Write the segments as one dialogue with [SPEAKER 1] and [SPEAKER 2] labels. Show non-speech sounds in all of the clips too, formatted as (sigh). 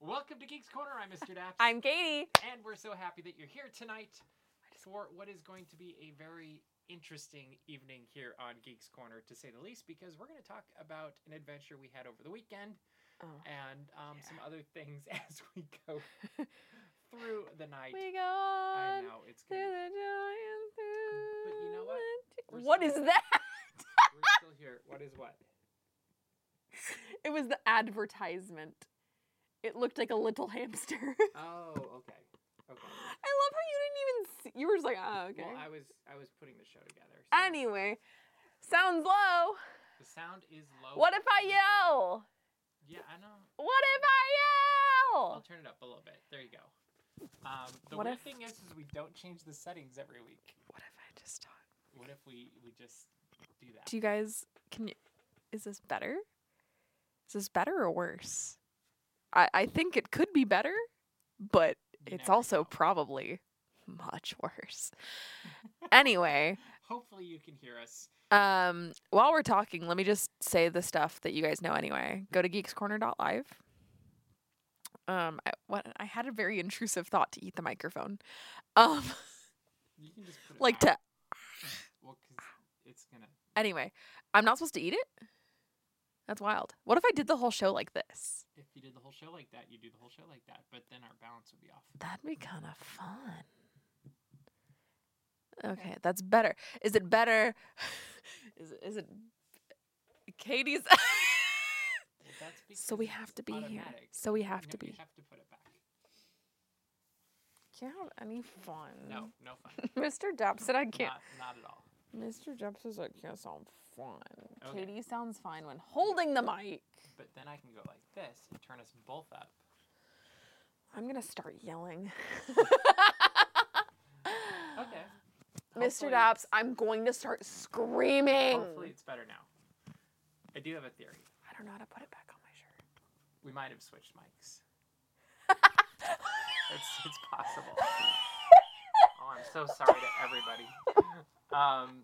[SPEAKER 1] Welcome to Geeks Corner. I'm Mr. Daps.
[SPEAKER 2] (laughs) I'm Katie.
[SPEAKER 1] and we're so happy that you're here tonight for what is going to be a very interesting evening here on Geeks Corner, to say the least, because we're going to talk about an adventure we had over the weekend
[SPEAKER 2] Oh.
[SPEAKER 1] and um,
[SPEAKER 2] Yeah.
[SPEAKER 1] some other things (laughs) as we go
[SPEAKER 2] (laughs)
[SPEAKER 1] through the night.
[SPEAKER 2] We go
[SPEAKER 1] I
[SPEAKER 2] on
[SPEAKER 1] know it's
[SPEAKER 2] through
[SPEAKER 1] gonna,
[SPEAKER 2] the giant
[SPEAKER 1] But you know what? We're
[SPEAKER 2] What
[SPEAKER 1] still
[SPEAKER 2] is
[SPEAKER 1] here.
[SPEAKER 2] that? (laughs)
[SPEAKER 1] we're still here. What is what?
[SPEAKER 2] It was the advertisement. It looked like a little (laughs) hamster. I love
[SPEAKER 1] Oh, okay, okay.
[SPEAKER 2] how you didn't even see. You were just like, oh, okay.
[SPEAKER 1] Well, I was I was putting the show together. so
[SPEAKER 2] anyway, sounds low.
[SPEAKER 1] the sound is low.
[SPEAKER 2] What if I yell?
[SPEAKER 1] Yeah, I know.
[SPEAKER 2] What if I
[SPEAKER 1] I'll
[SPEAKER 2] yell?
[SPEAKER 1] turn it up a little bit. There you go. Um, the
[SPEAKER 2] What
[SPEAKER 1] weird
[SPEAKER 2] if-
[SPEAKER 1] thing is, is we don't change the settings every week.
[SPEAKER 2] What if I just talk?
[SPEAKER 1] What if we we just do that?
[SPEAKER 2] Do you guys can you is this better? Is this better or worse? I, I think it could be better, but
[SPEAKER 1] You
[SPEAKER 2] it's
[SPEAKER 1] never
[SPEAKER 2] also
[SPEAKER 1] know.
[SPEAKER 2] probably much
[SPEAKER 1] (laughs)
[SPEAKER 2] worse. anyway,
[SPEAKER 1] Hopefully, you can hear us.
[SPEAKER 2] um while we're talking, let me just say the stuff that you guys know anyway. Go to geekscorner.live. Um I, what I had a very intrusive thought to eat the microphone. (laughs) Um
[SPEAKER 1] You can just put it
[SPEAKER 2] like
[SPEAKER 1] out.
[SPEAKER 2] to
[SPEAKER 1] Well, 'cause it's gonna.
[SPEAKER 2] anyway, I'm not supposed to eat it? That's wild. What if I did the whole show like this?
[SPEAKER 1] If you did the whole show like that, you do the whole show like that, but then our balance would be off.
[SPEAKER 2] That'd be kind of fun. Okay, that's better. Is it better? (laughs) Is it, is it Katie's? (laughs)
[SPEAKER 1] Well, that's because
[SPEAKER 2] so we
[SPEAKER 1] it's
[SPEAKER 2] have to be here.
[SPEAKER 1] automatic.
[SPEAKER 2] So we have
[SPEAKER 1] No,
[SPEAKER 2] to
[SPEAKER 1] You
[SPEAKER 2] be.
[SPEAKER 1] have to put it back.
[SPEAKER 2] Can't have any fun. (laughs)
[SPEAKER 1] No, no fun.
[SPEAKER 2] Mr. Depp said I can't.
[SPEAKER 1] Not, not at all.
[SPEAKER 2] Mr. Depp says I can't sound fun.
[SPEAKER 1] Okay.
[SPEAKER 2] Katie sounds fine when holding the mic.
[SPEAKER 1] But then I can go like this and turn us both up.
[SPEAKER 2] I'm gonna start yelling.
[SPEAKER 1] Okay.
[SPEAKER 2] Mr.
[SPEAKER 1] Hopefully-
[SPEAKER 2] Dapps, I'm going to start screaming.
[SPEAKER 1] Hopefully, it's better now. I do have a theory.
[SPEAKER 2] I don't know how to put it back on my shirt.
[SPEAKER 1] We might have switched mics. it's, it's possible. Oh, I'm so sorry to everybody. Um,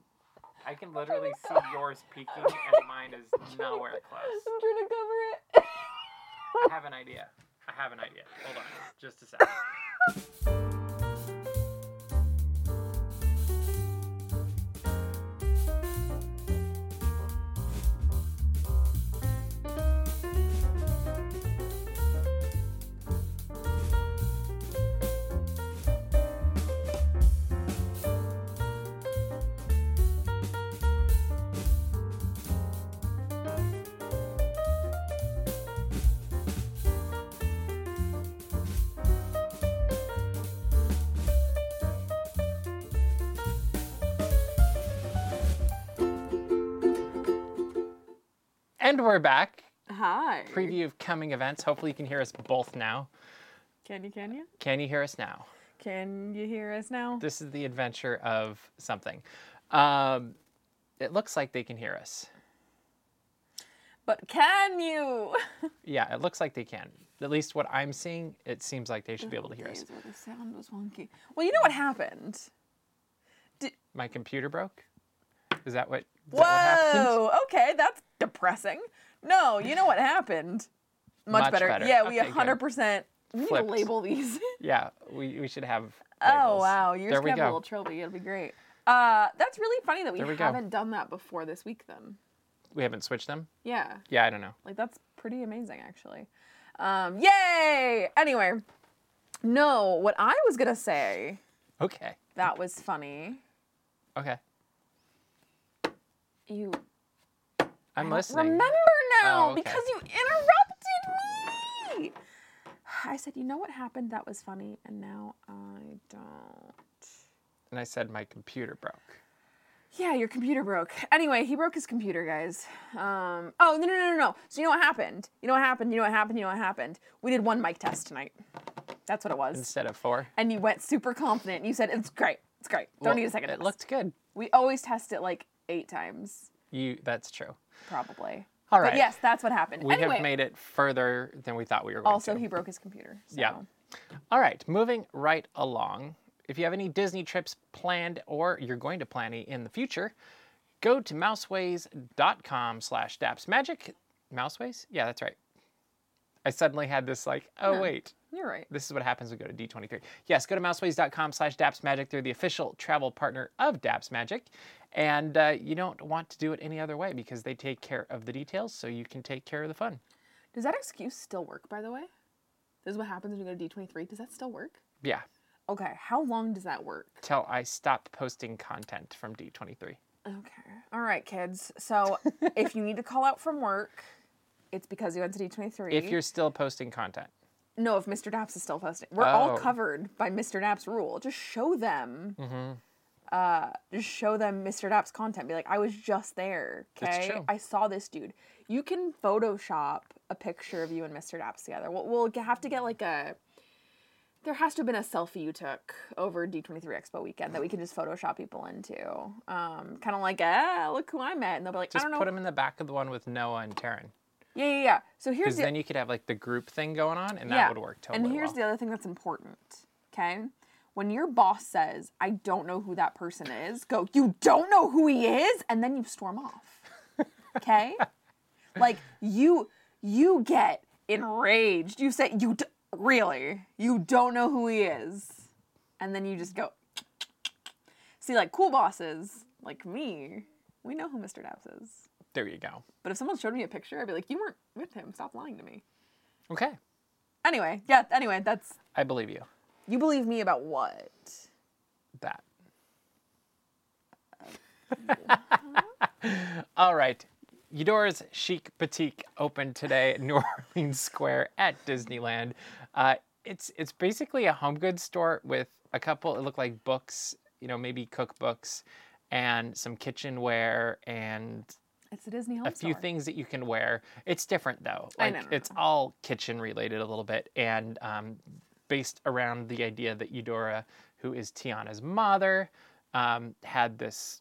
[SPEAKER 1] I can literally see yours peaking and mine is nowhere close.
[SPEAKER 2] I'm trying to cover it.
[SPEAKER 1] I have an idea. I have an idea. Hold on, just a second. And we're back.
[SPEAKER 2] (laughs) Hi.
[SPEAKER 1] Preview of coming events. Hopefully, you can hear us both now.
[SPEAKER 2] Can you? Can you?
[SPEAKER 1] Can you hear us now?
[SPEAKER 2] Can you hear us now?
[SPEAKER 1] This is the adventure of something. Um, it looks like they can hear us.
[SPEAKER 2] But can you?
[SPEAKER 1] Yeah, it looks like they can. At least what I'm seeing, it seems like they should be able to hear us.
[SPEAKER 2] Days where the sound was wonky. Well, you know what happened. Mm-hmm.
[SPEAKER 1] My computer broke. Is that what? Is
[SPEAKER 2] Whoa.
[SPEAKER 1] That what happened?
[SPEAKER 2] okay, that's depressing. No, you know what happened. Much,
[SPEAKER 1] Much
[SPEAKER 2] better.
[SPEAKER 1] better.
[SPEAKER 2] Yeah, we
[SPEAKER 1] Okay, good.
[SPEAKER 2] hundred percent. We need to
[SPEAKER 1] Flipped.
[SPEAKER 2] label these.
[SPEAKER 1] (laughs) Yeah, we, we should have.
[SPEAKER 2] (laughs) oh
[SPEAKER 1] labels.
[SPEAKER 2] wow, you're
[SPEAKER 1] there
[SPEAKER 2] just
[SPEAKER 1] we
[SPEAKER 2] gonna have a
[SPEAKER 1] go.
[SPEAKER 2] little trophy. It'll be great. Uh, that's really funny that we,
[SPEAKER 1] There we go.
[SPEAKER 2] haven't done that before this week. Then,
[SPEAKER 1] We haven't switched them.
[SPEAKER 2] yeah.
[SPEAKER 1] Yeah, I don't know.
[SPEAKER 2] Like that's pretty amazing actually. Um, yay! Anyway, no, what I was gonna say
[SPEAKER 1] Okay.
[SPEAKER 2] that was funny.
[SPEAKER 1] Okay.
[SPEAKER 2] You
[SPEAKER 1] I'm
[SPEAKER 2] I don't
[SPEAKER 1] listening.
[SPEAKER 2] remember now
[SPEAKER 1] Oh, okay.
[SPEAKER 2] because you interrupted me. I said, you know what happened that was funny, and now I don't.
[SPEAKER 1] And I said my computer broke.
[SPEAKER 2] Yeah, your computer broke. Anyway, he broke his computer, guys. Um, oh no no no no no! So you know what happened? You know what happened? You know what happened? You know what happened? We did one mic test tonight. That's what it was.
[SPEAKER 1] Instead of four.
[SPEAKER 2] and you went super confident. You said it's great, it's great. Don't
[SPEAKER 1] Well,
[SPEAKER 2] need a second.
[SPEAKER 1] It
[SPEAKER 2] test."
[SPEAKER 1] looked good.
[SPEAKER 2] We always test it like eight times,
[SPEAKER 1] You. That's true.
[SPEAKER 2] probably.
[SPEAKER 1] All
[SPEAKER 2] But
[SPEAKER 1] right.
[SPEAKER 2] yes, that's what happened.
[SPEAKER 1] We
[SPEAKER 2] anyway,
[SPEAKER 1] have made it further than we thought we were going
[SPEAKER 2] also
[SPEAKER 1] to.
[SPEAKER 2] he broke his computer. So.
[SPEAKER 1] Yeah. All right, moving right along. If you have any Disney trips planned or you're going to plan any in the future, go to mouseways.com slash dapsmagic. Mouseways? Yeah, that's right. I I suddenly had this like, oh
[SPEAKER 2] No.
[SPEAKER 1] wait,
[SPEAKER 2] You're right.
[SPEAKER 1] this is what happens when we go to D23. Yes, go to mouseways.com slash dapsmagic. They're the official travel partner of Daps Magic. And uh, you don't want to do it any other way because they take care of the details so you can take care of the fun.
[SPEAKER 2] Does that excuse still work, by the way? This is what happens when you go to D23. Does that still work?
[SPEAKER 1] Yeah,
[SPEAKER 2] Okay. How long does that work?
[SPEAKER 1] till I stop posting content from D23.
[SPEAKER 2] Okay. All right, kids. (laughs) So if you need to call out from work, it's because you went to D23.
[SPEAKER 1] If you're still posting content.
[SPEAKER 2] No, if Mr. Daps is still posting. We're all
[SPEAKER 1] Oh.
[SPEAKER 2] covered by Mr. Daps rule. Just show them.
[SPEAKER 1] Mm-hmm.
[SPEAKER 2] Uh, just show them Mr. Daps content. Be like, I was just there.
[SPEAKER 1] It's
[SPEAKER 2] Okay.
[SPEAKER 1] true.
[SPEAKER 2] I saw this dude. You can Photoshop a picture of you and Mr. Daps together. We'll, we'll g- have to get like a. There has to have been a selfie you took over D23 Expo weekend that we can just Photoshop people into. Um, kind of like, ah, look who I met. And they'll be like,
[SPEAKER 1] Just
[SPEAKER 2] I don't
[SPEAKER 1] put
[SPEAKER 2] know.
[SPEAKER 1] them in the back of the one with Noah and Taryn.
[SPEAKER 2] Yeah, yeah, yeah. So here's
[SPEAKER 1] Because
[SPEAKER 2] the
[SPEAKER 1] then you could have like the group thing going on and that would work totally
[SPEAKER 2] And here's
[SPEAKER 1] well.
[SPEAKER 2] the other thing that's important, okay? When your boss says, "I don't know who that person is," go, "You don't know who he is," and then you storm off. Okay?
[SPEAKER 1] (laughs)
[SPEAKER 2] like you you get enraged. You say, "You d- really? You don't know who he is." And then you just go See like cool bosses like me, we know who Mr. Daps is.
[SPEAKER 1] There you go.
[SPEAKER 2] But if someone showed me a picture, I'd be like, "You weren't with him. Stop lying to me."
[SPEAKER 1] Okay.
[SPEAKER 2] Anyway, yeah, anyway, that's
[SPEAKER 1] I believe you.
[SPEAKER 2] you believe me about what?
[SPEAKER 1] that. (laughs) All right. Eudora's Chic Boutique opened today in (laughs) New Orleans Square at Disneyland. Uh, it's it's basically a home goods store with a couple. It looked like books, you know, maybe cookbooks, and some kitchenware and
[SPEAKER 2] It's a Disney home
[SPEAKER 1] a few things that you can wear. It's different though.
[SPEAKER 2] I
[SPEAKER 1] Like
[SPEAKER 2] know, no,
[SPEAKER 1] it's all kitchen related a little bit and um, based around the idea that Eudora, who is Tiana's mother, um, had this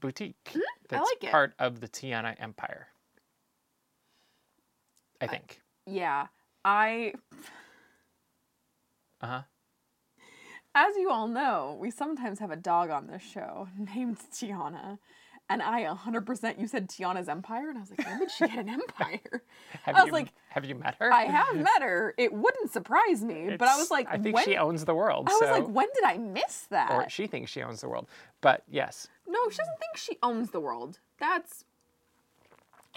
[SPEAKER 1] boutique that's
[SPEAKER 2] Mm-hmm. like it.
[SPEAKER 1] part of the Tiana Empire. I think.
[SPEAKER 2] Yeah, I,
[SPEAKER 1] Uh huh.
[SPEAKER 2] as you all know, we sometimes have a dog on this show (laughs) named Tiana, and I 100% you said Tiana's empire, and I was like, when did
[SPEAKER 1] (laughs)
[SPEAKER 2] she get an empire?
[SPEAKER 1] Have
[SPEAKER 2] I was
[SPEAKER 1] you
[SPEAKER 2] like,
[SPEAKER 1] have you met her?
[SPEAKER 2] I have met her. It wouldn't surprise me, but I was
[SPEAKER 1] It's-
[SPEAKER 2] like,
[SPEAKER 1] I think
[SPEAKER 2] when?
[SPEAKER 1] she owns the world.
[SPEAKER 2] I was
[SPEAKER 1] so,
[SPEAKER 2] like, when did I miss that?
[SPEAKER 1] or she thinks she owns the world. But yes,
[SPEAKER 2] no, she doesn't think she owns the world. That's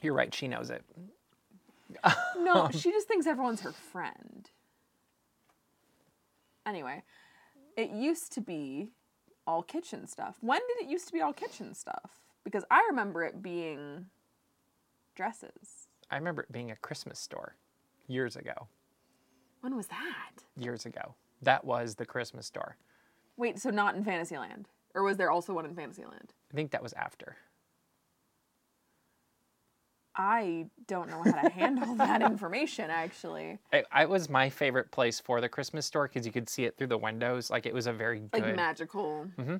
[SPEAKER 1] you're right. She knows it. Um,
[SPEAKER 2] No, she just thinks everyone's her friend. Anyway, it used to be all kitchen stuff. When did it used to be all kitchen stuff? Because I remember it being dresses.
[SPEAKER 1] I remember it being a Christmas store years ago.
[SPEAKER 2] When was that?
[SPEAKER 1] years ago. That was the Christmas store.
[SPEAKER 2] Wait, so not in Fantasyland? Or was there also one in Fantasyland?
[SPEAKER 1] I think that was after.
[SPEAKER 2] I don't know how to (laughs) handle that information actually.
[SPEAKER 1] It, it was my favorite place for the Christmas store because you could see it through the windows. Like it was a very good.
[SPEAKER 2] Like magical.
[SPEAKER 1] Mm-hmm.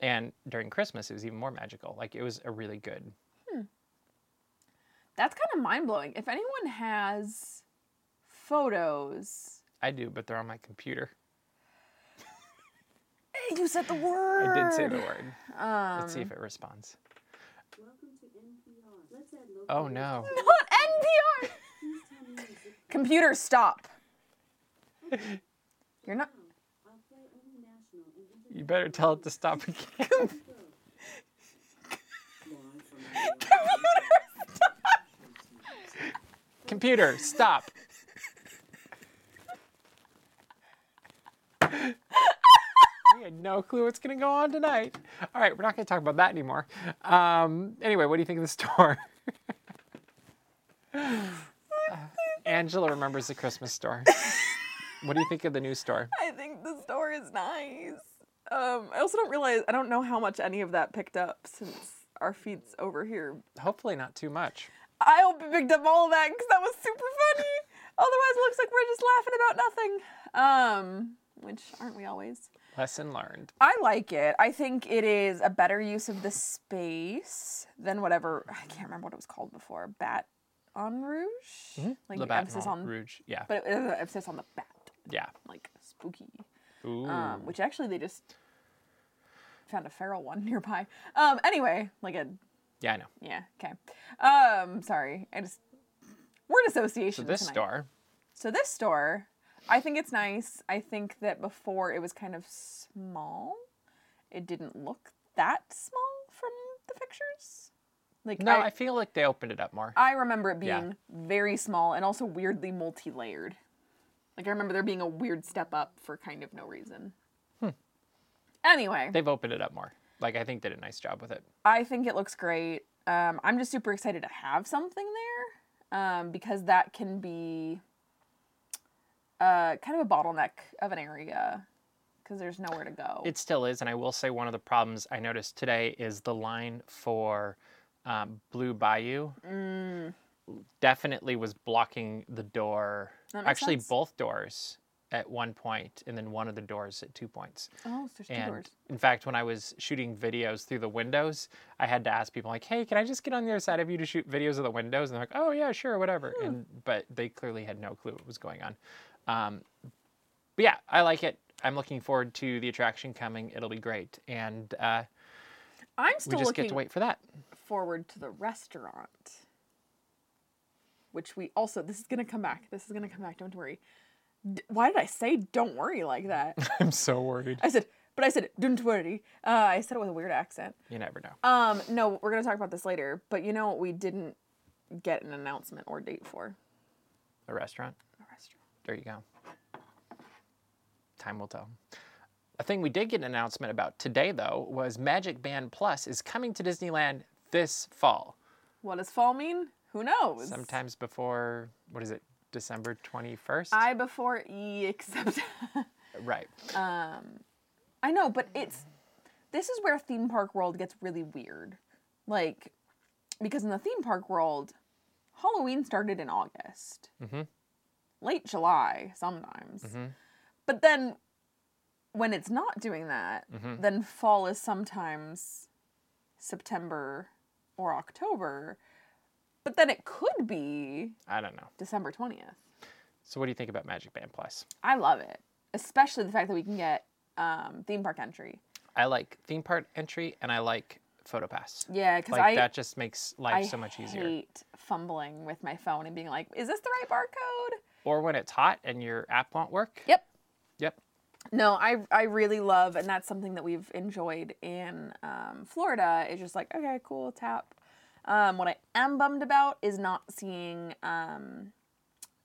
[SPEAKER 1] and during Christmas, it was even more magical. Like it was a really good.
[SPEAKER 2] That's kind of mind blowing. If anyone has photos,
[SPEAKER 1] I do, but they're on my computer.
[SPEAKER 2] Hey, you said the word.
[SPEAKER 1] I did say the word. Let's see if it responds.
[SPEAKER 3] Welcome to NPR. Let's add local
[SPEAKER 1] Oh no.
[SPEAKER 2] Not NPR. Computer, stop. You're not. (laughs)
[SPEAKER 3] I'll play only national and
[SPEAKER 1] You better tell it to stop (laughs) again.
[SPEAKER 3] international.
[SPEAKER 1] computer, stop. we had no clue what's going to go on tonight. All right, we're not going to talk about that anymore. Um, anyway, what do you think of the store? (laughs) Angela remembers the Christmas store. What do you think of the new store?
[SPEAKER 2] I think the store is nice. Um, I also don't realize. I don't know how much any of that picked up since our feeds over here.
[SPEAKER 1] Hopefully, not too much.
[SPEAKER 2] I hope you picked up all of that because that was super funny. Otherwise, it looks like we're just laughing about nothing. Um, which aren't we always?
[SPEAKER 1] Lesson learned.
[SPEAKER 2] I like it. I think it is a better use of the space than whatever I can't remember what it was called before. Bat on Rouge, like
[SPEAKER 1] Le Baton
[SPEAKER 2] emphasis on,
[SPEAKER 1] Rouge. Yeah.
[SPEAKER 2] but it, uh, emphasis on the bat,
[SPEAKER 1] yeah.
[SPEAKER 2] like spooky.
[SPEAKER 1] Ooh.
[SPEAKER 2] Um, which actually they just found a feral one (laughs) nearby. Um, anyway, like a
[SPEAKER 1] yeah, I know.
[SPEAKER 2] yeah okay. Um, sorry, I just word association.
[SPEAKER 1] So this
[SPEAKER 2] tonight.
[SPEAKER 1] store.
[SPEAKER 2] So this store, I think it's nice. I think that before it was kind of small. It didn't look that small from the pictures. Like
[SPEAKER 1] No,
[SPEAKER 2] I,
[SPEAKER 1] I feel like they opened it up more.
[SPEAKER 2] I remember it being
[SPEAKER 1] Yeah.
[SPEAKER 2] very small and also weirdly multi-layered. Like I remember there being a weird step up for kind of no reason.
[SPEAKER 1] Hmm.
[SPEAKER 2] Anyway,
[SPEAKER 1] They've opened it up more. Like I think they did a nice job with it.
[SPEAKER 2] I think it looks great. Um, I'm just super excited to have something there um, because that can be uh, kind of a bottleneck of an area because there's nowhere to go.
[SPEAKER 1] It still is, and I will say one of the problems I noticed today is the line for um, Blue Bayou
[SPEAKER 2] Mm.
[SPEAKER 1] definitely was blocking the door.
[SPEAKER 2] That makes
[SPEAKER 1] Actually,
[SPEAKER 2] sense.
[SPEAKER 1] both doors at one point, and then one of the doors at two points.
[SPEAKER 2] oh, there's two
[SPEAKER 1] And
[SPEAKER 2] doors.
[SPEAKER 1] in fact, when I was shooting videos through the windows, I had to ask people like, "Hey, can I just get on the other side of you to shoot videos of the windows?" And they're like, "Oh yeah, sure, whatever."
[SPEAKER 2] Hmm.
[SPEAKER 1] And but they clearly had no clue what was going on. Um, but yeah, I like it. I'm looking forward to the attraction coming. It'll be great, and uh,
[SPEAKER 2] I'm
[SPEAKER 1] we
[SPEAKER 2] still
[SPEAKER 1] just
[SPEAKER 2] looking
[SPEAKER 1] get to wait for that.
[SPEAKER 2] forward to the restaurant, which we also, this is going to come back. This is going to come back. Don't worry. D- why did I say don't worry
[SPEAKER 1] (laughs)
[SPEAKER 2] like that?
[SPEAKER 1] (laughs) I'm so worried.
[SPEAKER 2] I said, but I said, don't worry. Uh, I said it with a weird accent.
[SPEAKER 1] You never know.
[SPEAKER 2] Um, no, we're gonna talk about this later, but you know what we didn't get an announcement or date for?
[SPEAKER 1] A restaurant.
[SPEAKER 2] A restaurant.
[SPEAKER 1] There you go. Time will tell. A thing we did get an announcement about today, though, was Magic Band Plus is coming to Disneyland this fall.
[SPEAKER 2] What does fall mean? Who knows?
[SPEAKER 1] sometimes before what is it december 21st
[SPEAKER 2] I before E (laughs) except
[SPEAKER 1] right
[SPEAKER 2] I know, but it's this is where theme park world gets really weird. Like because in the theme park world, Halloween started in August.
[SPEAKER 1] Mhm.
[SPEAKER 2] Late July sometimes.
[SPEAKER 1] Mm-hmm.
[SPEAKER 2] But then when it's not doing that,
[SPEAKER 1] Mhm.
[SPEAKER 2] then fall is sometimes September or October. But then it could be
[SPEAKER 1] i don't know
[SPEAKER 2] December 20th.
[SPEAKER 1] so what do you think about magic band plus
[SPEAKER 2] I love it, especially the fact that we can get um, theme park entry.
[SPEAKER 1] i like theme park entry and i like photo pass
[SPEAKER 2] Yeah, because
[SPEAKER 1] like
[SPEAKER 2] I
[SPEAKER 1] that just makes life
[SPEAKER 2] I
[SPEAKER 1] so much easier
[SPEAKER 2] hate fumbling with my phone and being like, "Is this the right barcode?"
[SPEAKER 1] or when it's hot and your app won't work
[SPEAKER 2] Yep.
[SPEAKER 1] Yep.
[SPEAKER 2] No, I I really love, and that's something that we've enjoyed in um, Florida. Is just like, okay, cool, tap. Um, what I am bummed about is not seeing um,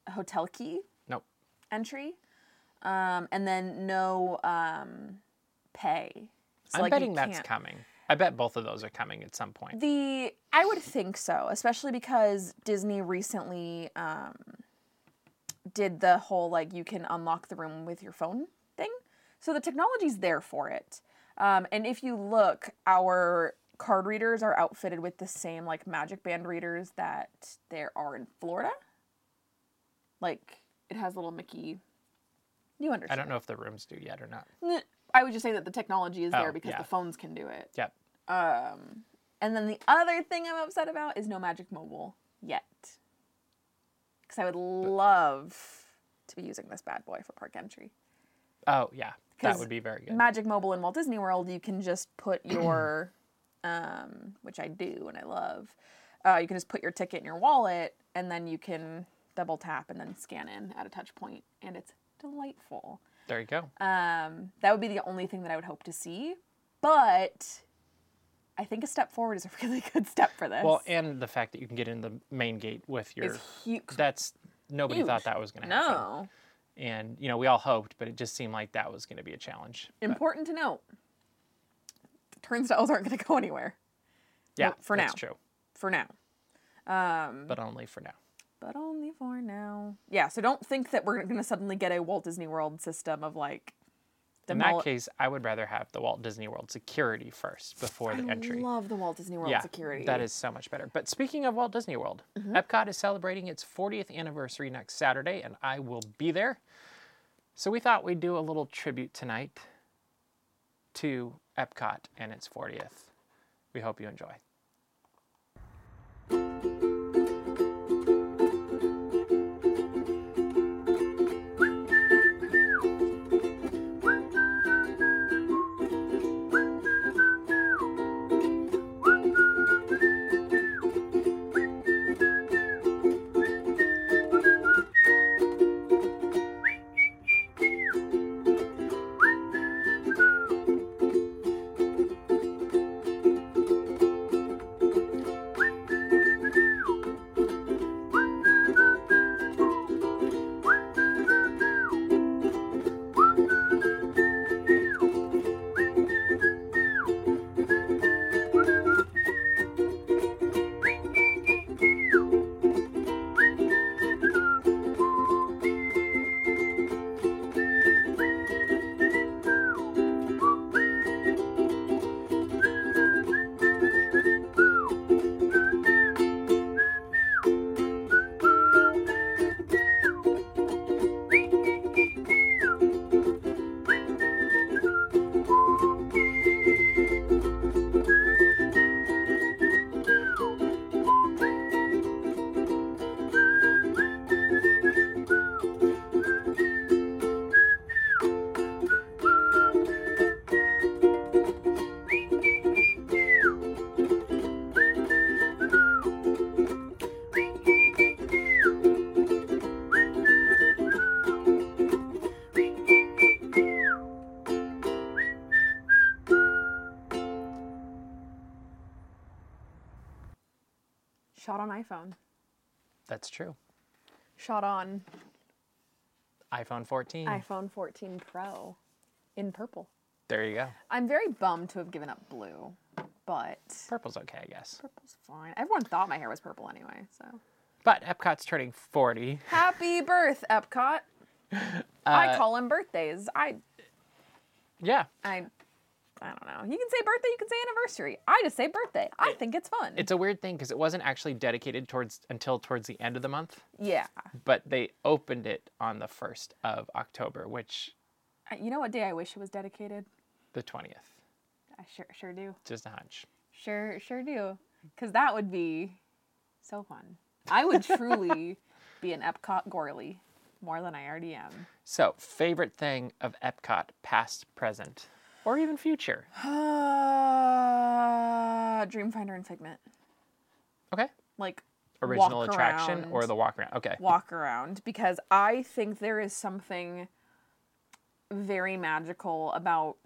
[SPEAKER 2] a hotel key
[SPEAKER 1] nope
[SPEAKER 2] entry, um, and then no um, pay. So,
[SPEAKER 1] i'm
[SPEAKER 2] like, you
[SPEAKER 1] betting that's
[SPEAKER 2] can't-
[SPEAKER 1] coming i bet both of those are coming at some point
[SPEAKER 2] The I would think so, especially because Disney recently um, did the whole like you can unlock the room with your phone thing. So the technology's there for it. Um, and if you look, our card readers are outfitted with the same like Magic Band readers that there are in Florida. Like it has little Mickey. You
[SPEAKER 1] i
[SPEAKER 2] understand?
[SPEAKER 1] don't know if the rooms do yet or not
[SPEAKER 2] N- (laughs) I would just say that the technology is there
[SPEAKER 1] Oh,
[SPEAKER 2] because
[SPEAKER 1] yeah.
[SPEAKER 2] the phones can do it.
[SPEAKER 1] yep
[SPEAKER 2] Um, and then the other thing I'm upset about is no Magic Mobile yet. Because I would love to be using this bad boy for park entry.
[SPEAKER 1] oh yeah that
[SPEAKER 2] 'Cause
[SPEAKER 1] would be very good
[SPEAKER 2] Magic Mobile in Walt Disney World, you can just
[SPEAKER 1] (clears throat)
[SPEAKER 2] put your, um, which I do and I love, uh, you can just put your ticket in your wallet and then you can double tap and then scan in at a touch point, and it's delightful.
[SPEAKER 1] there you go
[SPEAKER 2] Um, that would be the only thing that I would hope to see. But I think a step forward is a (laughs) really good step for this.
[SPEAKER 1] well and the fact that you can get in the main gate with your
[SPEAKER 2] it's huge.
[SPEAKER 1] that's nobody
[SPEAKER 2] huge.
[SPEAKER 1] thought that was going to happen
[SPEAKER 2] No.
[SPEAKER 1] and you know we all hoped but it just seemed like that was going to be a challenge
[SPEAKER 2] Important to note. Turnstiles aren't going to go anywhere
[SPEAKER 1] yeah
[SPEAKER 2] for
[SPEAKER 1] that's
[SPEAKER 2] now.
[SPEAKER 1] true
[SPEAKER 2] for now. Um,
[SPEAKER 1] but only for now
[SPEAKER 2] but only for now. Yeah, so don't think that we're going to suddenly get a Walt Disney World system of like
[SPEAKER 1] in
[SPEAKER 2] demol-
[SPEAKER 1] that case i would rather have the walt disney world security first before the
[SPEAKER 2] I
[SPEAKER 1] entry
[SPEAKER 2] love the Walt Disney World
[SPEAKER 1] yeah
[SPEAKER 2] security. Mm-hmm.
[SPEAKER 1] that is so much better but speaking of walt disney world epcot is celebrating its 40th anniversary next saturday and i will be there so we thought we'd do a little tribute tonight to epcot and its 40th we hope you enjoy
[SPEAKER 2] Shot on iPhone.
[SPEAKER 1] That's true.
[SPEAKER 2] Shot on
[SPEAKER 1] iPhone 14.
[SPEAKER 2] iPhone 14 Pro in purple.
[SPEAKER 1] There you go.
[SPEAKER 2] I'm very bummed to have given up blue, but
[SPEAKER 1] Purple's okay, I guess.
[SPEAKER 2] purple's fine. Everyone thought my hair was purple anyway, so.
[SPEAKER 1] But Epcot's turning 40.
[SPEAKER 2] Happy birth, Epcot. I call them birthdays. I
[SPEAKER 1] Uh, Yeah,
[SPEAKER 2] I I don't know. You can say birthday, you can say anniversary. I just say birthday. I think it's fun.
[SPEAKER 1] it's a weird thing because it wasn't actually dedicated towards until towards the end of the month,
[SPEAKER 2] yeah.
[SPEAKER 1] but they opened it on the 1st of October, which
[SPEAKER 2] I- You know what day I wish it was dedicated?
[SPEAKER 1] the 20th.
[SPEAKER 2] I sure sure do.
[SPEAKER 1] Just a hunch.
[SPEAKER 2] Sure sure do. Cuz that would be so fun. I
[SPEAKER 1] (laughs)
[SPEAKER 2] would truly be an Epcot Gorley more than I already
[SPEAKER 1] (sighs)
[SPEAKER 2] am.
[SPEAKER 1] So, favorite thing of Epcot, past, present, or even future.
[SPEAKER 2] Uh, Dreamfinder and Figment.
[SPEAKER 1] Okay.
[SPEAKER 2] Like
[SPEAKER 1] Original
[SPEAKER 2] walk
[SPEAKER 1] attraction or
[SPEAKER 2] around.
[SPEAKER 1] the walk around. Okay.
[SPEAKER 2] walk around because I think there is something very magical about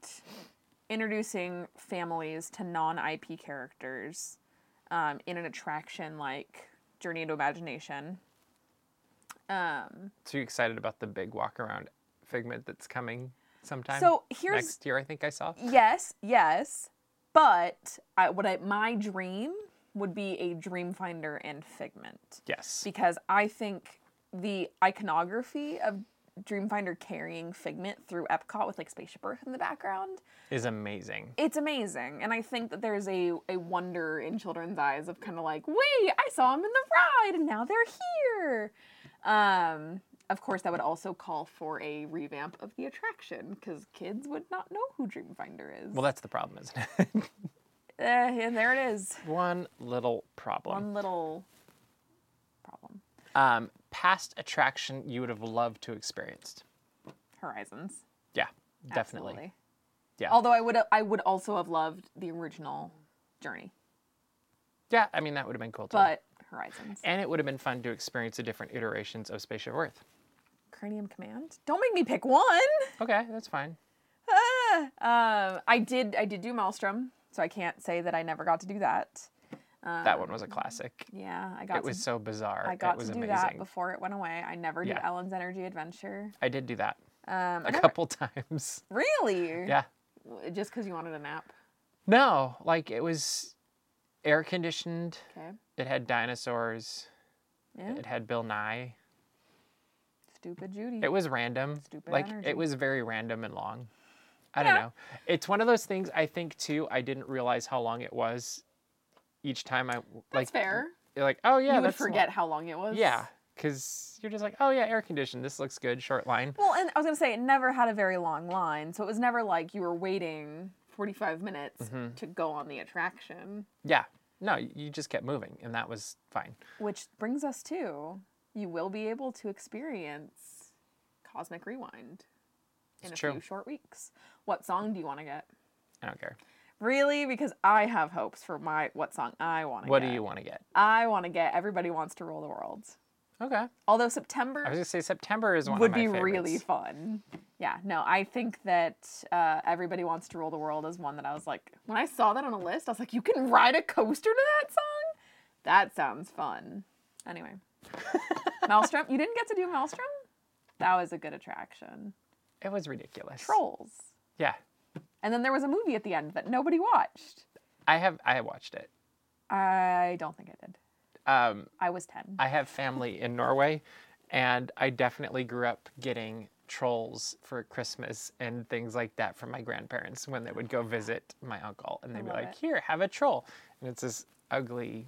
[SPEAKER 2] introducing families to non IP characters um, in an attraction like Journey into Imagination. Um,
[SPEAKER 1] So, you excited about the big walk around figment that's coming sometime?
[SPEAKER 2] So here's-
[SPEAKER 1] next year, I think I saw.
[SPEAKER 2] yes, yes, but I, what I, my dream would be a Dreamfinder and Figment.
[SPEAKER 1] Yes.
[SPEAKER 2] because I think the iconography of Dreamfinder carrying Figment through Epcot with like Spaceship Earth in the background,
[SPEAKER 1] Is amazing.
[SPEAKER 2] it's amazing. And I think that there's a, a wonder in children's eyes of kind of like, wait, I saw them in the ride and now they're here. Um, of course, that would also call for a revamp of the attraction because kids would not know who Dreamfinder is.
[SPEAKER 1] Well, that's the problem, isn't it? (laughs)
[SPEAKER 2] Eh, and there it is.
[SPEAKER 1] One little problem.
[SPEAKER 2] One little problem.
[SPEAKER 1] Um, past attraction you would have loved to experienced.
[SPEAKER 2] Horizons.
[SPEAKER 1] Yeah, definitely.
[SPEAKER 2] Absolutely.
[SPEAKER 1] Yeah.
[SPEAKER 2] Although I would I would also have loved the original journey,
[SPEAKER 1] Yeah, I mean that would have been cool too.
[SPEAKER 2] but Horizons.
[SPEAKER 1] and it would have been fun to experience the different iterations of Spaceship Earth.
[SPEAKER 2] Cranium Command. Don't make me pick one. (laughs)
[SPEAKER 1] Okay, that's fine.
[SPEAKER 2] Um, I did I did do Maelstrom, so I can't say that I never got to do that.
[SPEAKER 1] that one was a classic.
[SPEAKER 2] Yeah, I got
[SPEAKER 1] It was
[SPEAKER 2] to,
[SPEAKER 1] so bizarre.
[SPEAKER 2] Um, I got
[SPEAKER 1] it was
[SPEAKER 2] to do
[SPEAKER 1] amazing.
[SPEAKER 2] that before it went away. I never did
[SPEAKER 1] Yeah.
[SPEAKER 2] Ellen's Energy Adventure.
[SPEAKER 1] I did do that
[SPEAKER 2] Um, I
[SPEAKER 1] a
[SPEAKER 2] never-
[SPEAKER 1] couple (laughs) times.
[SPEAKER 2] really?
[SPEAKER 1] Yeah.
[SPEAKER 2] Just because you wanted a nap.
[SPEAKER 1] No, like it was air conditioned.
[SPEAKER 2] Okay.
[SPEAKER 1] It had dinosaurs.
[SPEAKER 2] Yeah.
[SPEAKER 1] It had Bill Nye.
[SPEAKER 2] Stupid Judy.
[SPEAKER 1] It was random.
[SPEAKER 2] Stupid
[SPEAKER 1] like
[SPEAKER 2] energy.
[SPEAKER 1] it was very random and long. I don't
[SPEAKER 2] Yeah.
[SPEAKER 1] know. It's one of those things I think too. I didn't realize how long it was each time I like
[SPEAKER 2] That's fair.
[SPEAKER 1] You're like, oh yeah,
[SPEAKER 2] you would
[SPEAKER 1] that's long."
[SPEAKER 2] forget how long it was.
[SPEAKER 1] Yeah, because you're just like, oh yeah, air conditioned. This looks good. Short line.
[SPEAKER 2] Well, and I was gonna say it never had a very long line, so it was never like you were waiting 45 minutes
[SPEAKER 1] Mm-hmm.
[SPEAKER 2] to go on the attraction.
[SPEAKER 1] Yeah. No, you just kept moving, and that was fine.
[SPEAKER 2] Which brings us to you will be able to experience Cosmic Rewind
[SPEAKER 1] It's
[SPEAKER 2] in a
[SPEAKER 1] true.
[SPEAKER 2] few short weeks. What song do you want to get?
[SPEAKER 1] I don't care.
[SPEAKER 2] Really, because I have hopes for my what song I want to.
[SPEAKER 1] What do you want to get?
[SPEAKER 2] I want to get. Everybody wants to rule the world.
[SPEAKER 1] Okay.
[SPEAKER 2] Although
[SPEAKER 1] I was
[SPEAKER 2] September
[SPEAKER 1] gonna say September is one
[SPEAKER 2] would
[SPEAKER 1] of my
[SPEAKER 2] be
[SPEAKER 1] favorites.
[SPEAKER 2] really fun. Yeah, no, I think that uh, everybody wants to rule the world is one that I was like, when I saw that on a list, I was like, you can ride a coaster to that song. That sounds fun. Anyway,
[SPEAKER 1] (laughs)
[SPEAKER 2] Maelstrom, you didn't get to do Maelstrom. That was a good attraction.
[SPEAKER 1] It was ridiculous.
[SPEAKER 2] Trolls,
[SPEAKER 1] Yeah,
[SPEAKER 2] and then there was a movie at the end that nobody watched.
[SPEAKER 1] I have. I watched it.
[SPEAKER 2] I don't think I did.
[SPEAKER 1] Um,
[SPEAKER 2] I was ten.
[SPEAKER 1] I have family in Norway, and I definitely grew up getting trolls for Christmas and things like that from my grandparents when they would go visit my uncle, and they'd be
[SPEAKER 2] love
[SPEAKER 1] like,
[SPEAKER 2] it.
[SPEAKER 1] "Here, have a troll," and it's this ugly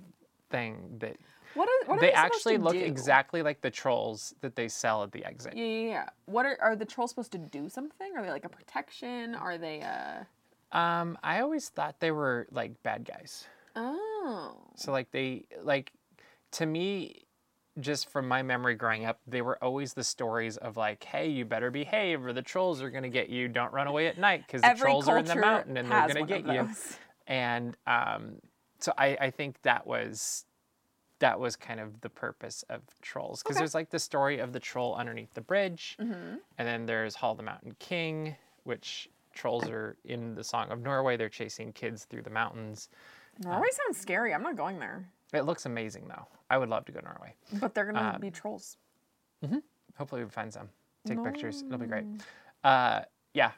[SPEAKER 1] thing that
[SPEAKER 2] What are, what are
[SPEAKER 1] they,
[SPEAKER 2] they, supposed
[SPEAKER 1] actually
[SPEAKER 2] to
[SPEAKER 1] look
[SPEAKER 2] do?
[SPEAKER 1] exactly like the trolls that they sell at the exit.
[SPEAKER 2] Yeah, yeah, yeah. What are are the trolls supposed to do? Something? Are they like a protection? Are they? uh
[SPEAKER 1] Um, I always thought they were like bad guys.
[SPEAKER 2] Oh.
[SPEAKER 1] So like they like to me just from my memory growing up, they were always the stories of like, "Hey, you better behave, or the trolls are gonna get you. Don't run away at night because the
[SPEAKER 2] Every
[SPEAKER 1] trolls are in the
[SPEAKER 2] culture
[SPEAKER 1] mountain and they're
[SPEAKER 2] has
[SPEAKER 1] gonna
[SPEAKER 2] one of
[SPEAKER 1] get you."
[SPEAKER 2] those.
[SPEAKER 1] And um, so I, I think that was that was kind of the purpose of trolls because there's like the story of the troll underneath the bridge,
[SPEAKER 2] Mm-hmm.
[SPEAKER 1] and then there's Hall the Mountain King, which trolls are in the Song of Norway. They're chasing kids through the mountains.
[SPEAKER 2] Norway sounds scary. I'm not going there.
[SPEAKER 1] It looks amazing though. I would love to go to Norway.
[SPEAKER 2] But they're gonna be trolls.
[SPEAKER 1] Hopefully we find some. Take pictures. It'll be great. Uh, yeah.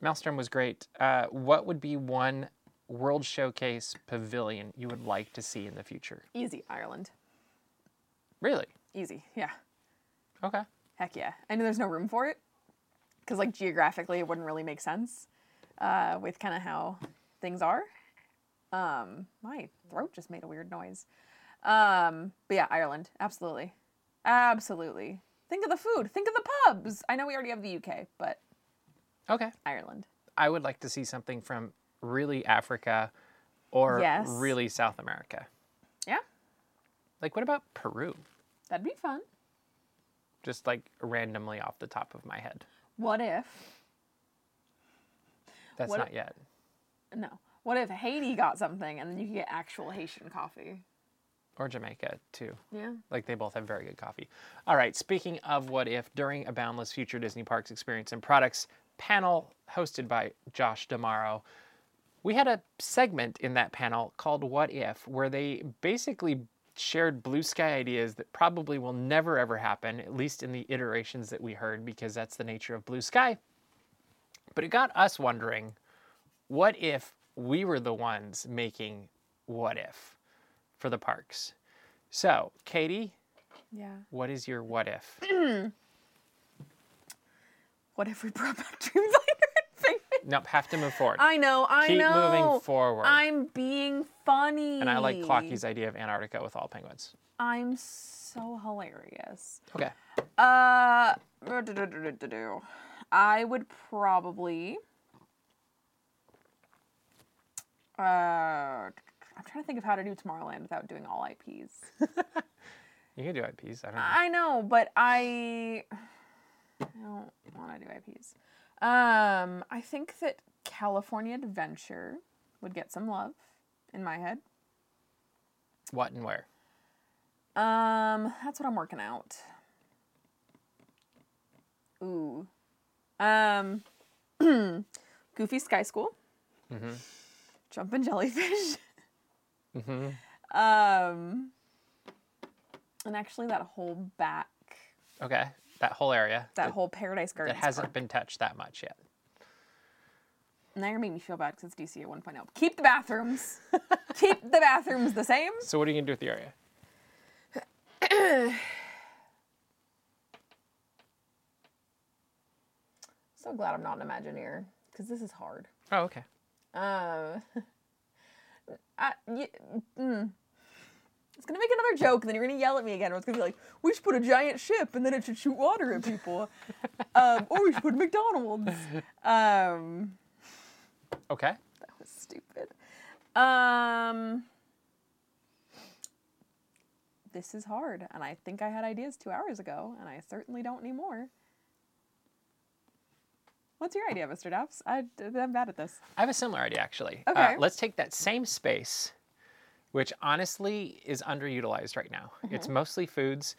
[SPEAKER 1] Maelstrom was great. Uh, what would be one World Showcase pavilion you would like to see in the future?
[SPEAKER 2] Easy, Ireland.
[SPEAKER 1] Really?
[SPEAKER 2] Easy, yeah.
[SPEAKER 1] Okay.
[SPEAKER 2] Heck yeah. I know there's no room for it because, like, geographically, it wouldn't really make sense uh, with kind of how things are. Um, my throat just made a weird noise. Um, but yeah, Ireland. Absolutely. Absolutely. Think of the food. Think of the pubs. I know we already have the UK, but
[SPEAKER 1] Okay.
[SPEAKER 2] Ireland.
[SPEAKER 1] I would like to see something from really Africa or
[SPEAKER 2] Yes.
[SPEAKER 1] really South America.
[SPEAKER 2] Yeah,
[SPEAKER 1] Like, what about Peru?
[SPEAKER 2] that'd be fun.
[SPEAKER 1] Just like randomly off the top of my head.
[SPEAKER 2] What if?
[SPEAKER 1] That's
[SPEAKER 2] What-
[SPEAKER 1] not yet.
[SPEAKER 2] No. What if Haiti got something and then you could get actual Haitian coffee?
[SPEAKER 1] Or Jamaica, too.
[SPEAKER 2] Yeah.
[SPEAKER 1] Like they both have very good coffee. All right. Speaking of what if, during a boundless future Disney Parks experience and products panel hosted by Josh Damaro, we had a segment in that panel called What If, where they basically shared blue sky ideas that probably will never ever happen, at least in the iterations that we heard, because that's the nature of blue sky. But it got us wondering what if we were the ones making what if for the parks? So, Katie,
[SPEAKER 2] Yeah.
[SPEAKER 1] what is your what if?
[SPEAKER 2] What if we brought back (laughs) Dreamliner and Figment?
[SPEAKER 1] nope, have to move forward.
[SPEAKER 2] (laughs) I know, I
[SPEAKER 1] Keep
[SPEAKER 2] know.
[SPEAKER 1] moving forward.
[SPEAKER 2] I'm being funny.
[SPEAKER 1] and I like Clocky's idea of Antarctica with all penguins.
[SPEAKER 2] I'm so hilarious.
[SPEAKER 1] Okay.
[SPEAKER 2] Uh, do-do-do-do-do-do. I would probably. Uh, I'm trying to think of how to do Tomorrowland without doing all IPs.
[SPEAKER 1] You can do IPs. I don't know.
[SPEAKER 2] I know, but I, (sighs) I don't want to do IPs. Um, I think that California Adventure would get some love in my head.
[SPEAKER 1] what and where?
[SPEAKER 2] Um, that's what I'm working out. Ooh. Um, (clears throat) Goofy Sky School. Mm-hmm. Jumpin' Jellyfish. (laughs) mm-hmm. Um, and actually, that whole back,
[SPEAKER 1] Okay. That whole area
[SPEAKER 2] that
[SPEAKER 1] that,
[SPEAKER 2] whole Paradise Garden.
[SPEAKER 1] that hasn't been touched that much yet.
[SPEAKER 2] Now you're making me feel bad because it's DC at 1.0. Keep the bathrooms. (laughs) Keep the bathrooms the same.
[SPEAKER 1] So, what are you going to do with the area?
[SPEAKER 2] So glad I'm not an Imagineer because this is hard.
[SPEAKER 1] Oh, okay.
[SPEAKER 2] Um, (laughs) I, y- mm. It's gonna make another joke, and then you're gonna yell at me again. Or it's gonna be like, "We should put a giant ship, and then it should shoot water at (laughs) people," um, or we should put a McDonald's. Um,
[SPEAKER 1] Okay.
[SPEAKER 2] that was stupid. Um, this is hard, and I think I had ideas two hours ago, and I certainly don't anymore. What's your idea, Mr. Daps? I, I'm bad at this.
[SPEAKER 1] I have a similar idea actually. Uh,
[SPEAKER 2] Okay.
[SPEAKER 1] let's take that same space, which honestly is underutilized right now. It's mostly foods.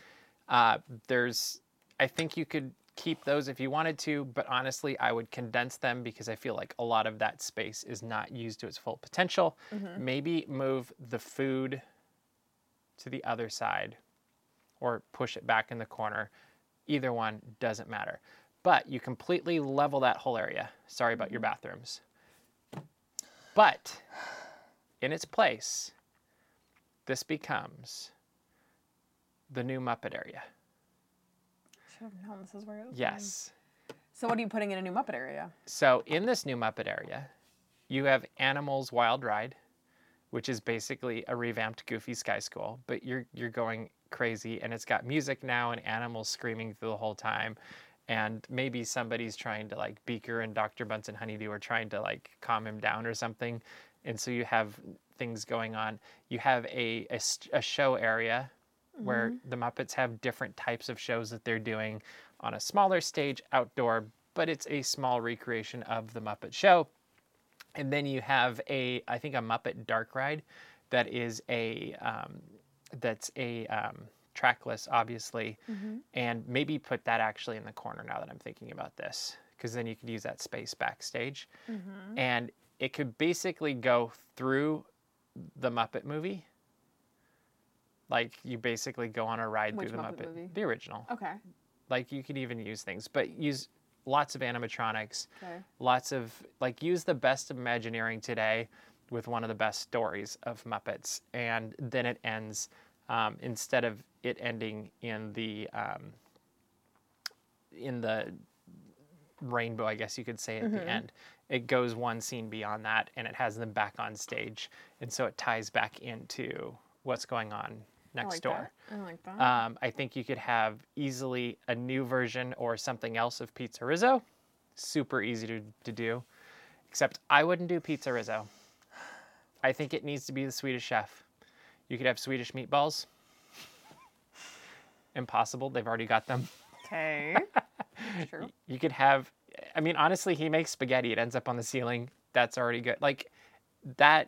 [SPEAKER 1] Uh, there's, I think you could keep those if you wanted to, but honestly, I would condense them because I feel like a lot of that space is not used to its full potential. Maybe move the food to the other side or push it back in the corner. Either one doesn't matter. But you completely level that whole area. Sorry about your bathrooms. But in its place, this becomes the new Muppet area.
[SPEAKER 2] Should have known this is where it was.
[SPEAKER 1] Yes.
[SPEAKER 2] So what are you putting in a new Muppet area?
[SPEAKER 1] So in this new Muppet area, you have Animals Wild Ride, which is basically a revamped Goofy Sky School, but you're you're going crazy and it's got music now and animals screaming through the whole time. And maybe somebody's trying to like Beaker and Dr. Bunsen Honeydew are trying to like calm him down or something. And so you have things going on. You have a, a, s- a show area where the Muppets have different types of shows that they're doing on a smaller stage outdoor, but it's a small recreation of the Muppet Show. And then you have a, I think a Muppet Dark Ride, that is a, um, that's a um, trackless, obviously,
[SPEAKER 2] Mm-hmm.
[SPEAKER 1] and maybe put that actually in the corner now that I'm thinking about this, because then you could use that space backstage,
[SPEAKER 2] Mm-hmm.
[SPEAKER 1] and it could basically go through the Muppet movie Like you basically go on a ride
[SPEAKER 2] Which
[SPEAKER 1] through the
[SPEAKER 2] Muppet
[SPEAKER 1] Muppet,
[SPEAKER 2] movie?
[SPEAKER 1] the original.
[SPEAKER 2] Okay.
[SPEAKER 1] Like you could even use things, but use lots of animatronics,
[SPEAKER 2] Okay.
[SPEAKER 1] lots of like use the best of Imagineering today with one of the best stories of Muppets, and then it ends um, instead of it ending in the um, in the rainbow, I guess you could say, at the end. It goes one scene beyond that and it has them back on stage. And so it ties back into what's going on next door.
[SPEAKER 2] I like that.
[SPEAKER 1] Um, I think you could have easily a new version or something else of Pizza Rizzo. Super easy to, to do. Except I wouldn't do Pizza Rizzo. I think it needs to be the Swedish chef. You could have Swedish meatballs. Impossible. They've already got them.
[SPEAKER 2] (laughs) Okay. True.
[SPEAKER 1] You could have, I mean, honestly, he makes spaghetti. It ends up on the ceiling. That's already good. Like that,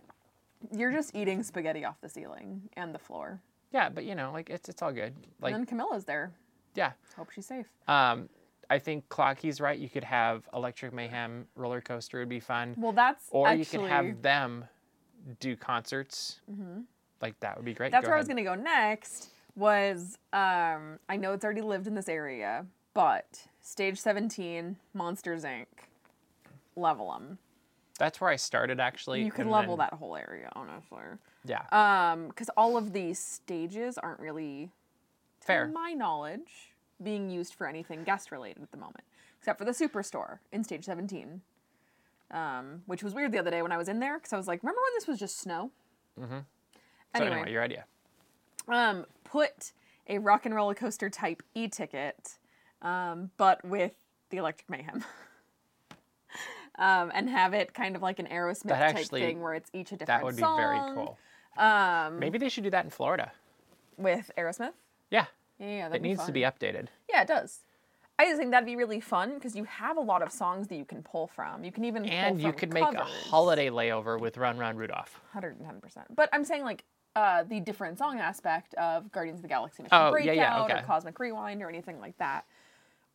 [SPEAKER 2] You're just eating spaghetti off the ceiling and the floor.
[SPEAKER 1] yeah. But you know, like it's it's all good. Like
[SPEAKER 2] and then Camilla's there.
[SPEAKER 1] yeah.
[SPEAKER 2] Hope she's safe.
[SPEAKER 1] Um, I think Clocky's right. You could have Electric Mayhem roller coaster would be fun,
[SPEAKER 2] Well, that's
[SPEAKER 1] or
[SPEAKER 2] actually, Mm-hmm.
[SPEAKER 1] you could have them do concerts. Like that would be great.
[SPEAKER 2] that's
[SPEAKER 1] Go
[SPEAKER 2] where I was
[SPEAKER 1] ahead.
[SPEAKER 2] gonna go next. Was um, I know it's already lived in this area, but Stage 17, Monsters Inc. Level them.
[SPEAKER 1] That's where I started actually.
[SPEAKER 2] You could
[SPEAKER 1] and
[SPEAKER 2] level
[SPEAKER 1] then-
[SPEAKER 2] that whole area, honestly.
[SPEAKER 1] Yeah.
[SPEAKER 2] Um, because all of these stages aren't really, to
[SPEAKER 1] Fair.
[SPEAKER 2] my knowledge, being used for anything guest related at the moment, except for the superstore in stage 17. Um, which was weird the other day when I was in there because I was like, remember when this was just snow? Mm-hmm.
[SPEAKER 1] so
[SPEAKER 2] Anyway,
[SPEAKER 1] anyway. your idea.
[SPEAKER 2] um, put a rock and roller coaster type e ticket, um, but with the Electric Mayhem. (laughs) um, and have it kind of like an Aerosmith
[SPEAKER 1] That
[SPEAKER 2] type
[SPEAKER 1] actually-
[SPEAKER 2] thing where it's each a different
[SPEAKER 1] That would be
[SPEAKER 2] song
[SPEAKER 1] very cool. Um, Maybe they should do that in Florida.
[SPEAKER 2] with Aerosmith.
[SPEAKER 1] Yeah.
[SPEAKER 2] Yeah, yeah, that'd
[SPEAKER 1] It needs
[SPEAKER 2] fun.
[SPEAKER 1] to be updated.
[SPEAKER 2] Yeah, it does. I just think that'd be really fun because you have a lot of songs that you can pull from. You can even
[SPEAKER 1] And
[SPEAKER 2] pull
[SPEAKER 1] you
[SPEAKER 2] from
[SPEAKER 1] could make a
[SPEAKER 2] covers.
[SPEAKER 1] holiday layover with Run Run Rudolph.
[SPEAKER 2] Hundred and ten percent. But I'm saying like uh, the different song aspect of Guardians of the Galaxy Mission
[SPEAKER 1] Oh, yeah,
[SPEAKER 2] Breakout
[SPEAKER 1] yeah,
[SPEAKER 2] or
[SPEAKER 1] okay.
[SPEAKER 2] Cosmic Rewind or anything like that,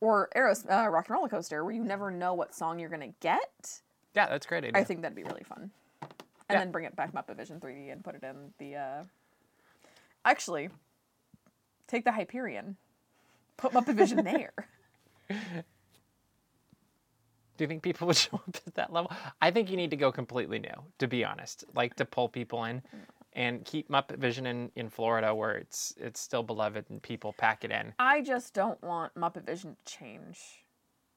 [SPEAKER 2] or Aeros uh, Rock and Roller Coaster, where you never know what song you're gonna get.
[SPEAKER 1] Yeah, that's a great idea.
[SPEAKER 2] I think that'd be really fun. And
[SPEAKER 1] Yeah.
[SPEAKER 2] then bring it back Muppet Vision 3D and put it in the. Uh... Actually, take the Hyperion, put Muppet (laughs) Vision there.
[SPEAKER 1] Do you think people (laughs) would show up at that level? I think you need to go completely new, to be honest. Like to pull people in and keep Muppet Vision in, in Florida where it's it's still beloved and people pack it in.
[SPEAKER 2] I just don't want Muppet Vision to change.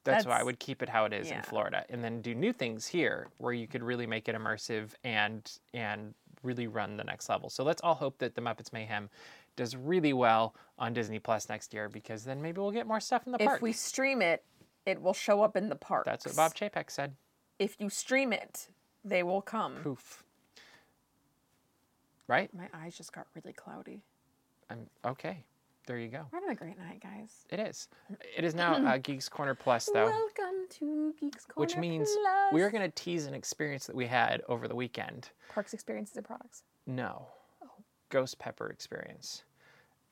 [SPEAKER 1] That's, why I
[SPEAKER 2] That's-
[SPEAKER 1] would keep it how it is
[SPEAKER 2] yeah.
[SPEAKER 1] in Florida and then do new things here where you could really make it immersive and and really run the next level. So let's all hope that the Muppets Mayhem does really well on Disney Plus next year because then maybe we'll get more stuff in the park.
[SPEAKER 2] If we stream it, it will show up in the park.
[SPEAKER 1] That's what Bob Chapek said.
[SPEAKER 2] If you stream it, they will come.
[SPEAKER 1] Poof. Right?
[SPEAKER 2] My eyes just got really cloudy.
[SPEAKER 1] I'm okay. There you go.
[SPEAKER 2] We're having a great night, guys.
[SPEAKER 1] It is. It is now uh, Geeks Corner Plus, though,
[SPEAKER 2] Welcome to Geeks Corner.
[SPEAKER 1] which means we are going to tease an experience that we had over the weekend.
[SPEAKER 2] to parks experiences and products.
[SPEAKER 1] No, Ghost Pepper experience.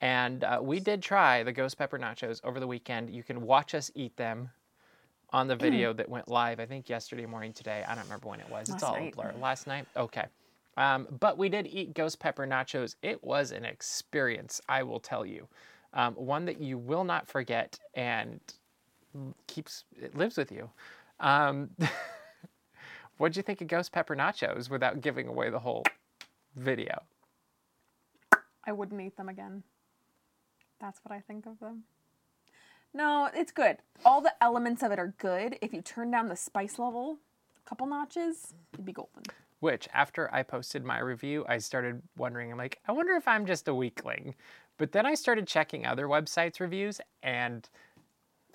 [SPEAKER 1] And uh, we did try the Ghost Pepper nachos over the weekend. You can watch us eat them on
[SPEAKER 2] Mm.
[SPEAKER 1] the video that went live, I think yesterday morning, today. I don't remember when it was. it's
[SPEAKER 2] Last
[SPEAKER 1] all a
[SPEAKER 2] night.
[SPEAKER 1] blur. Last night? Okay. Um, but we did eat Ghost Pepper nachos. It was an experience, I will tell you. Um, one that you will not forget and keeps, it lives with you. Um, (laughs) what'd you think of Ghost Pepper nachos without giving away the whole video?
[SPEAKER 2] I wouldn't eat them again. That's what I think of them. No, it's good. All the elements of it are good. If you turn down the spice level a couple notches, it'd be golden.
[SPEAKER 1] Which, after I posted my review, I started wondering, I'm like, I wonder if I'm just a weakling. But then I started checking other websites' reviews, and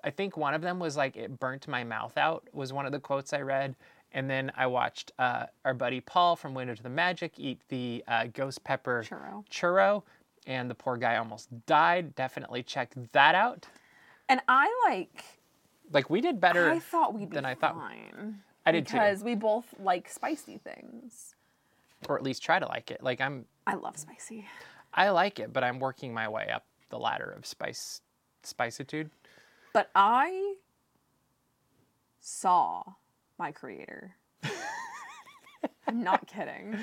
[SPEAKER 1] I think one of them was like, it burnt my mouth out, was one of the quotes I read. And then I watched uh, our buddy Paul from Window to the Magic eat the uh, ghost pepper
[SPEAKER 2] Churro.
[SPEAKER 1] churro, and the poor guy almost died. Definitely check that out.
[SPEAKER 2] And I like.
[SPEAKER 1] Like, we did better
[SPEAKER 2] I thought we'd be
[SPEAKER 1] than I
[SPEAKER 2] fine.
[SPEAKER 1] thought. I did
[SPEAKER 2] because
[SPEAKER 1] too,
[SPEAKER 2] we both like spicy things.
[SPEAKER 1] or at least try to like it. Like, I'm
[SPEAKER 2] I love spicy.
[SPEAKER 1] I like it, but I'm working my way up the ladder of spice spicitude.
[SPEAKER 2] But I saw my creator. I'm not kidding.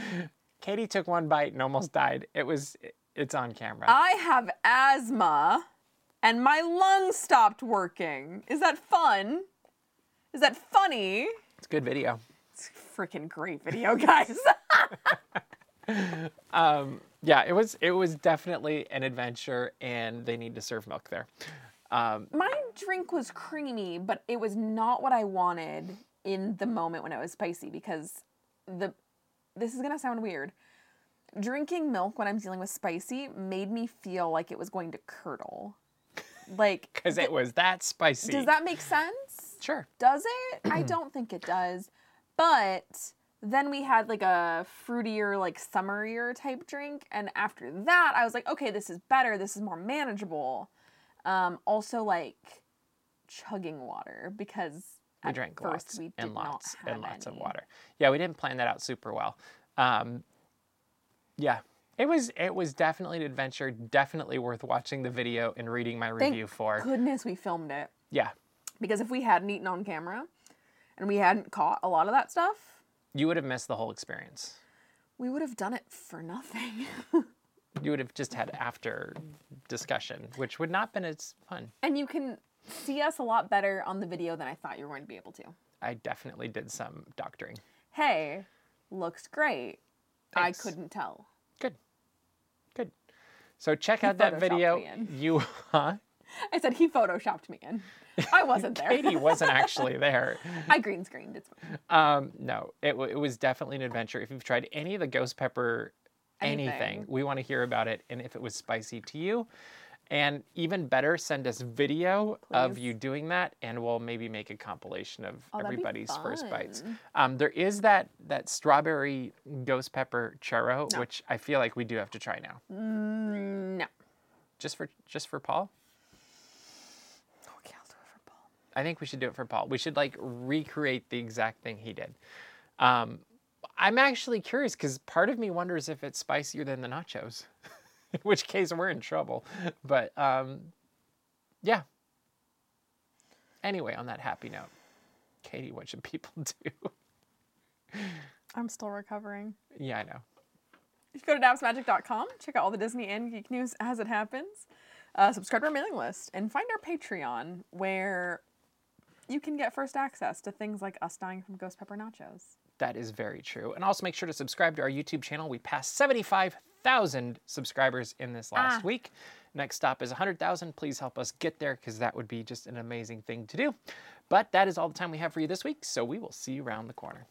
[SPEAKER 1] Katie took one bite and almost died. It was It's on camera.
[SPEAKER 2] I have asthma and my lungs stopped working. Is that fun? Is that funny?
[SPEAKER 1] it's good video.
[SPEAKER 2] It's a freaking great video, (laughs) guys.
[SPEAKER 1] Yeah, it was it was definitely an adventure, and they need to serve milk there.
[SPEAKER 2] my drink was creamy, but it was not what I wanted in the moment when it was spicy because the this is going to sound weird. Drinking milk when I'm dealing with spicy made me feel like it was going to curdle. Like
[SPEAKER 1] Because it was that spicy.
[SPEAKER 2] does that make sense?
[SPEAKER 1] Sure.
[SPEAKER 2] Does it? I don't think it does. But then we had like a fruitier, like summerier type drink. And after that, I was like, okay, this is better. This is more manageable. Um, also, like chugging water because
[SPEAKER 1] We
[SPEAKER 2] at
[SPEAKER 1] drank
[SPEAKER 2] first
[SPEAKER 1] lots
[SPEAKER 2] we did
[SPEAKER 1] and
[SPEAKER 2] not
[SPEAKER 1] lots
[SPEAKER 2] have
[SPEAKER 1] and lots of
[SPEAKER 2] any.
[SPEAKER 1] water. Yeah, we didn't plan that out super well. Um, yeah, it was it was definitely an adventure. Definitely worth watching the video and reading my
[SPEAKER 2] Thank
[SPEAKER 1] review for.
[SPEAKER 2] Goodness, we filmed it.
[SPEAKER 1] Yeah,
[SPEAKER 2] Because if we hadn't eaten on camera and we hadn't caught a lot of that stuff,
[SPEAKER 1] you would have missed the whole experience.
[SPEAKER 2] we would have done it for nothing. (laughs)
[SPEAKER 1] You would have just had after discussion, which would not have been as fun.
[SPEAKER 2] and you can see us a lot better on the video than I thought you were going to be able to.
[SPEAKER 1] I definitely did some doctoring.
[SPEAKER 2] hey, looks great.
[SPEAKER 1] Thanks.
[SPEAKER 2] I couldn't tell.
[SPEAKER 1] Good, good. So check out that
[SPEAKER 2] photoshopped
[SPEAKER 1] video.
[SPEAKER 2] me in.
[SPEAKER 1] You, (laughs) huh?
[SPEAKER 2] I said he photoshopped me in. (laughs) I wasn't there.
[SPEAKER 1] Katie wasn't actually there.
[SPEAKER 2] I green screened. It's fine.
[SPEAKER 1] Um, no, it, wa- it was definitely an adventure. If you've tried any of the ghost pepper, anything,
[SPEAKER 2] Anything.
[SPEAKER 1] we want to hear about it. And if it was spicy to you, and even better, send us video of
[SPEAKER 2] Please.
[SPEAKER 1] you doing that, and we'll maybe make a compilation of
[SPEAKER 2] Oh, that'd be
[SPEAKER 1] everybody's first bites.
[SPEAKER 2] fun.
[SPEAKER 1] Um, there is that that strawberry ghost pepper churro,
[SPEAKER 2] No.
[SPEAKER 1] which I feel like we do have to try now,
[SPEAKER 2] Mm, no.
[SPEAKER 1] just for just for Paul.
[SPEAKER 2] Okay, I'll do it for Paul.
[SPEAKER 1] I think we should do it for Paul. We should like recreate the exact thing he did. Um, I'm actually curious because part of me wonders if it's spicier than the nachos, (laughs) in which case we're in trouble. But um, yeah. Anyway, on that happy note, Katie, what should people (laughs) do?
[SPEAKER 2] I'm still recovering.
[SPEAKER 1] yeah, I know.
[SPEAKER 2] You can go to dabsmagic.com, check out all the Disney and geek news as it happens, uh, subscribe to our mailing list, and find our Patreon where you can get first access to things like us dying from ghost pepper nachos.
[SPEAKER 1] That is very true. And also make sure to subscribe to our YouTube channel. We passed 75,000 subscribers in this last week. Next stop is 100,000. Please help us get there because that would be just an amazing thing to do. But that is all the time we have for you this week. So we will see you around the corner.